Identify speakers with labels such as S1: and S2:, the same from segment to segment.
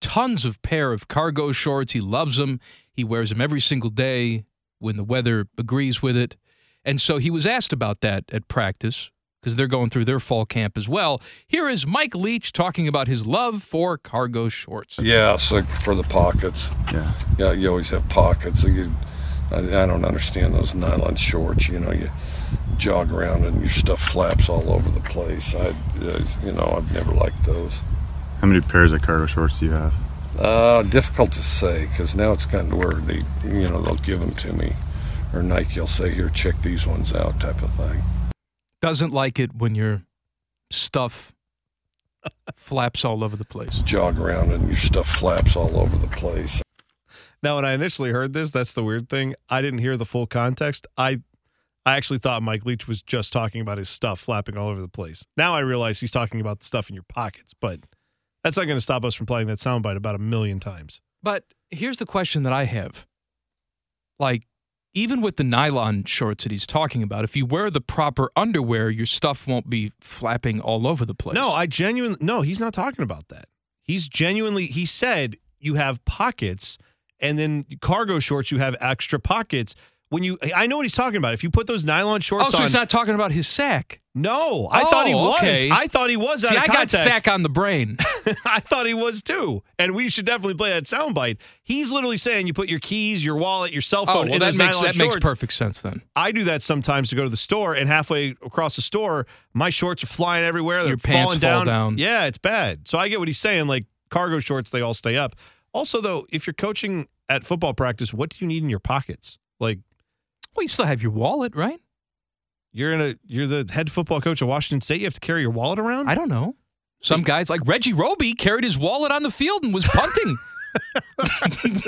S1: tons of pair of cargo shorts. He loves them. He wears them every single day when the weather agrees with it. And so he was asked about that at practice because they're going through their fall camp as well. Here is Mike Leach talking about his love for cargo shorts.
S2: Yeah, it's like for the pockets.
S3: Yeah.
S2: Yeah, you always have pockets. You, I, I don't understand those nylon shorts. You know, you jog around and your stuff flaps all over the place. I, uh, you know, I've never liked those.
S3: How many pairs of cargo shorts do you have?
S2: Uh, difficult to say because now it's gotten to where they, you know, they'll give them to me, or Nike will say, "Here, check these ones out," type of thing.
S1: Doesn't like it when your stuff flaps all over the place.
S2: Jog around and your stuff flaps all over the place.
S4: Now, when I initially heard this, that's the weird thing. I didn't hear the full context. I I actually thought Mike Leach was just talking about his stuff flapping all over the place. Now I realize he's talking about the stuff in your pockets, but that's not going to stop us from playing that soundbite about a million times.
S1: But here's the question that I have. Like, even with the nylon shorts that he's talking about, if you wear the proper underwear, your stuff won't be flapping all over the place.
S4: No, I genuinely no, he's not talking about that. He's genuinely he said you have pockets and then cargo shorts you have extra pockets. When you I know what he's talking about. If you put those nylon shorts
S1: Oh, so
S4: on
S1: he's not talking about his sack.
S4: No, I thought he
S1: Oh,
S4: was.
S1: okay.
S4: I thought he was out
S1: See,
S4: of
S1: I got
S4: context.
S1: sack on the brain. Oh,
S4: I thought he was too. And we should definitely play that soundbite. He's literally saying you put your keys, your wallet, your cell
S1: oh,
S4: phone
S1: well,
S4: in
S1: that
S4: those
S1: makes
S4: nylon
S1: that makes
S4: shorts.
S1: perfect sense then.
S4: I do that sometimes to go to the store, and halfway across the store, my shorts are flying everywhere. They're
S1: Your pants
S4: falling
S1: fall
S4: down.
S1: down.
S4: Yeah, it's bad. So I get what he's saying. Like cargo shorts, they all stay up. Also, though, if you're coaching at football practice, what do you need in your pockets? Like
S1: Well, you still have your wallet, right?
S4: you're in a you're the head football coach of Washington State. You have to carry your wallet around.
S1: I don't know. Some guys like Reggie Roby carried his wallet on the field and was punting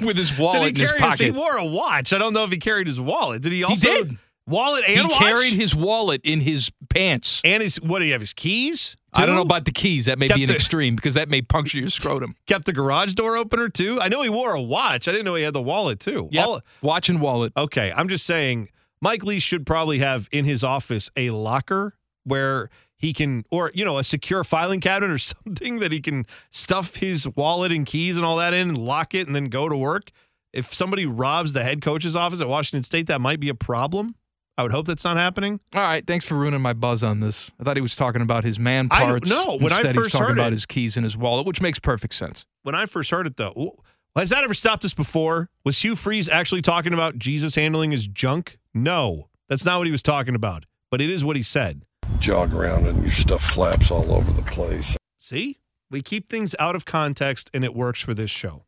S1: with his
S4: Did he
S1: wallet in his
S4: carry
S1: pocket.
S4: He wore a watch. I don't know if he carried his wallet. Did he also
S1: did.
S4: wallet
S1: He
S4: and watch?
S1: carried his wallet in his pants.
S4: and his what do you have? His keys?
S1: I don't know
S4: too?
S1: about the keys. That may
S4: Kept
S1: be an
S4: the-
S1: extreme because that may puncture your scrotum.
S4: kept the garage door opener too. I know he wore a watch. I didn't know he had the wallet too. All-
S1: Watch and wallet.
S4: okay, I'm just saying Mike Lee should probably have in his office a locker where he can or you know, a secure filing cabinet or something that he can stuff his wallet and keys and all that in and lock it and then go to work. If somebody robs the head coach's office at Washington State, that might be a problem. I would hope that's not happening.
S1: All right. Thanks for ruining my buzz on this. I thought he was talking about his man
S4: I don't-
S1: parts.
S4: no, when I
S1: Instead, he's
S4: first
S1: talking
S4: heard
S1: about
S4: it-
S1: his keys in his wallet, which makes perfect sense.
S4: When I first heard it though, ooh, has that ever stopped us before? Was Hugh Freeze actually talking about Jesus handling his junk? No. That's not what he was talking about, but it is what he said.
S2: Jog around and your stuff flaps all over the place.
S4: See? We keep things out of context and it works for this show.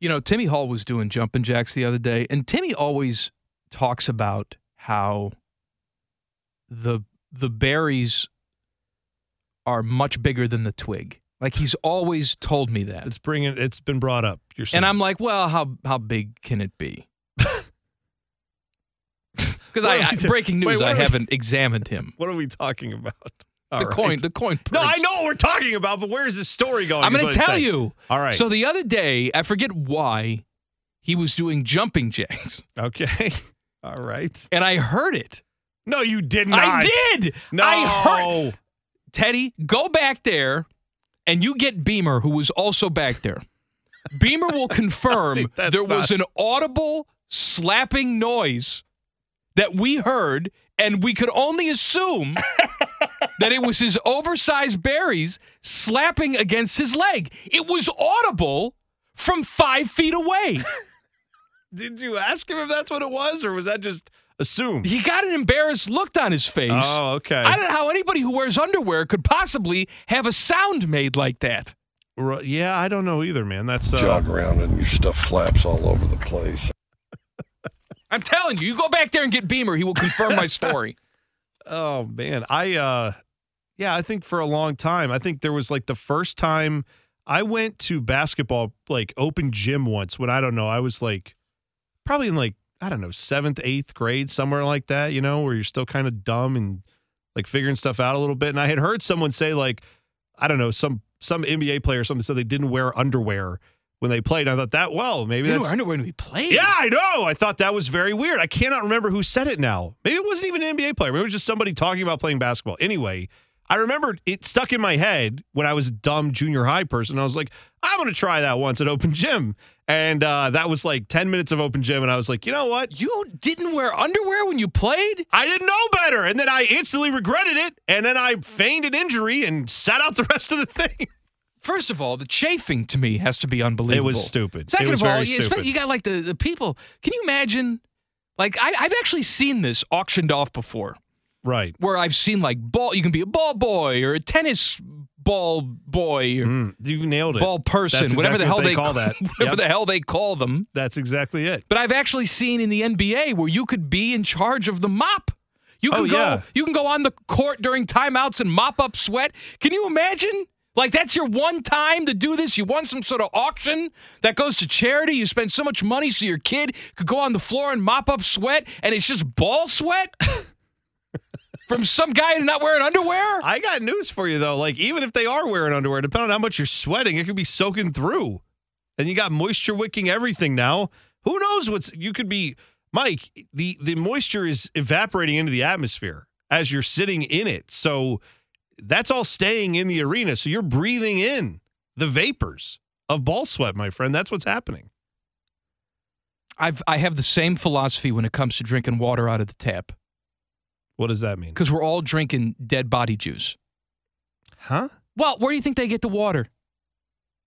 S1: You know, Timmy Hall was doing jumping jacks the other day, and Timmy always talks about how the the berries are much bigger than the twig. Like he's always told me that.
S4: It's bringing it's been brought up. You're saying.
S1: And I'm like, well, how how big can it be? Because
S4: What
S1: I,
S4: are we
S1: I-
S4: do-
S1: breaking
S4: wait,
S1: news,
S4: what
S1: I
S4: are we-
S1: haven't examined him.
S4: what are we talking about? All
S1: The
S4: right.
S1: coin, the coin.
S4: No, I
S1: purse.
S4: know what we're talking about, but where is this story going?
S1: I'm
S4: is
S1: going
S4: what
S1: to tell
S4: saying.
S1: you.
S4: All right.
S1: So the other day, I forget why he was doing jumping jacks,
S4: okay. All right.
S1: and I heard it.
S4: No, you did not.
S1: I did.
S4: No.
S1: I heard Teddy. Go back there, and you get Beamer, who was also back there. Beamer will confirm
S4: That's
S1: there was
S4: not-
S1: an audible slapping noise that we heard, and we could only assume that it was his oversized berries slapping against his leg. It was audible from five feet away.
S4: Did you ask him if that's what it was, or was that just assumed?
S1: He got an embarrassed look on his face.
S4: Oh, okay.
S1: I don't know how anybody who wears underwear could possibly have a sound made like that.
S4: Ru- yeah, I don't know either, man. That's uh,
S2: Jog around and your stuff flaps all over the place.
S1: I'm telling you, you go back there and get Beamer. He will confirm my story.
S4: Oh man, I uh yeah, I think for a long time, I think there was like the first time I went to basketball like open gym once when I don't know, I was like probably in like I don't know, 7th, 8th grade somewhere like that, you know, where you're still kind of dumb and like figuring stuff out a little bit and I had heard someone say like I don't know, some some NBA player or something said they didn't wear underwear when they played. I thought that, well, maybe that's
S1: underwear when we played.
S4: yeah, I know. I thought that was very weird. I cannot remember who said it now. Maybe it wasn't even an NBA player. Maybe it was just somebody talking about playing basketball. Anyway, I remembered it stuck in my head when I was a dumb junior high person. I was like, I'm going to try that once at open gym. And uh, that was like 10 minutes of open gym. And I was like, you know what?
S1: You didn't wear underwear when you played?
S4: I didn't know better. And then I instantly regretted it. And then I feigned an injury and sat out the rest of the thing.
S1: First of all, the chafing to me has to be unbelievable.
S4: It was stupid.
S1: Second
S4: It was
S1: of all,
S4: very
S1: you-
S4: stupid.
S1: you got like the, the people. Can you imagine? Like I, I've actually seen this auctioned off before,
S4: right.
S1: where I've seen like ball. You can be a ball boy or a tennis ball boy or
S4: Mm, you nailed it.
S1: ball person,
S4: That's
S1: whatever the
S4: exactly
S1: hell
S4: what
S1: they,
S4: they call that.
S1: whatever
S4: Yep.
S1: the hell they call them.
S4: That's exactly it.
S1: But I've actually seen in the NBA where you could be in charge of the mop. You can
S4: Oh,
S1: go
S4: yeah.
S1: you can go on the court during timeouts and mop up sweat. Can you imagine? Like that's your one time to do this. You won some sort of auction that goes to charity. You spend so much money so your kid could go on the floor and mop up sweat and it's just ball sweat from some guy not wearing underwear?
S4: I got news for you though. Like even if they are wearing underwear, depending on how much you're sweating, it could be soaking through. And you got moisture wicking everything now. Who knows what's you could be Mike, the the moisture is evaporating into the atmosphere as you're sitting in it. So that's all staying in the arena. So you're breathing in the vapors of ball sweat, my friend. That's what's happening.
S1: I've I have the same philosophy when it comes to drinking water out of the tap
S4: What does that mean?
S1: because we're all drinking dead body juice.
S4: Huh?
S1: Well, where do you think they get the water?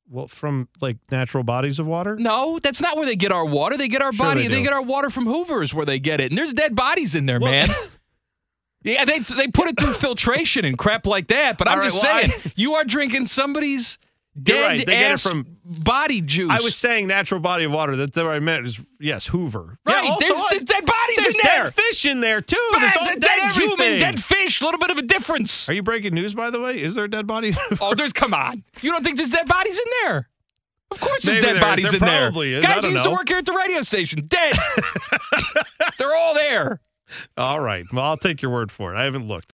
S4: Well, from like natural bodies of water?
S1: No, that's not where they get our water. They get our
S4: Sure
S1: body.
S4: they
S1: They,
S4: do.
S1: get our water from Hoover is where they get it. And there's dead bodies in there,
S4: Well-
S1: man. Yeah, they they put it through filtration and crap like that. But I'm
S4: All right,
S1: just
S4: well, I-
S1: saying, you are drinking somebody's
S4: You're
S1: dead
S4: right, they get it
S1: ass
S4: from-
S1: body juice.
S4: I was saying natural body of water. That's what I meant. Is yes, Hoover.
S1: right.
S4: Yeah, also,
S1: there's, there's dead bodies
S4: there's
S1: in there.
S4: dead fish in there too.
S1: Right,
S4: There's all
S1: the
S4: dead,
S1: dead human,
S4: everything.
S1: dead fish. A little bit of a difference.
S4: Are you breaking news? By the way, is there a dead body?
S1: Oh, there's come on. You don't think there's dead bodies in there? Of course there's
S4: Maybe
S1: dead
S4: there is.
S1: bodies
S4: There
S1: in there.
S4: probably is. I
S1: Guys
S4: don't
S1: used to
S4: know.
S1: work here at the radio station. Dead. They're all there.
S4: all right. Well, I'll take your word for it. I haven't looked.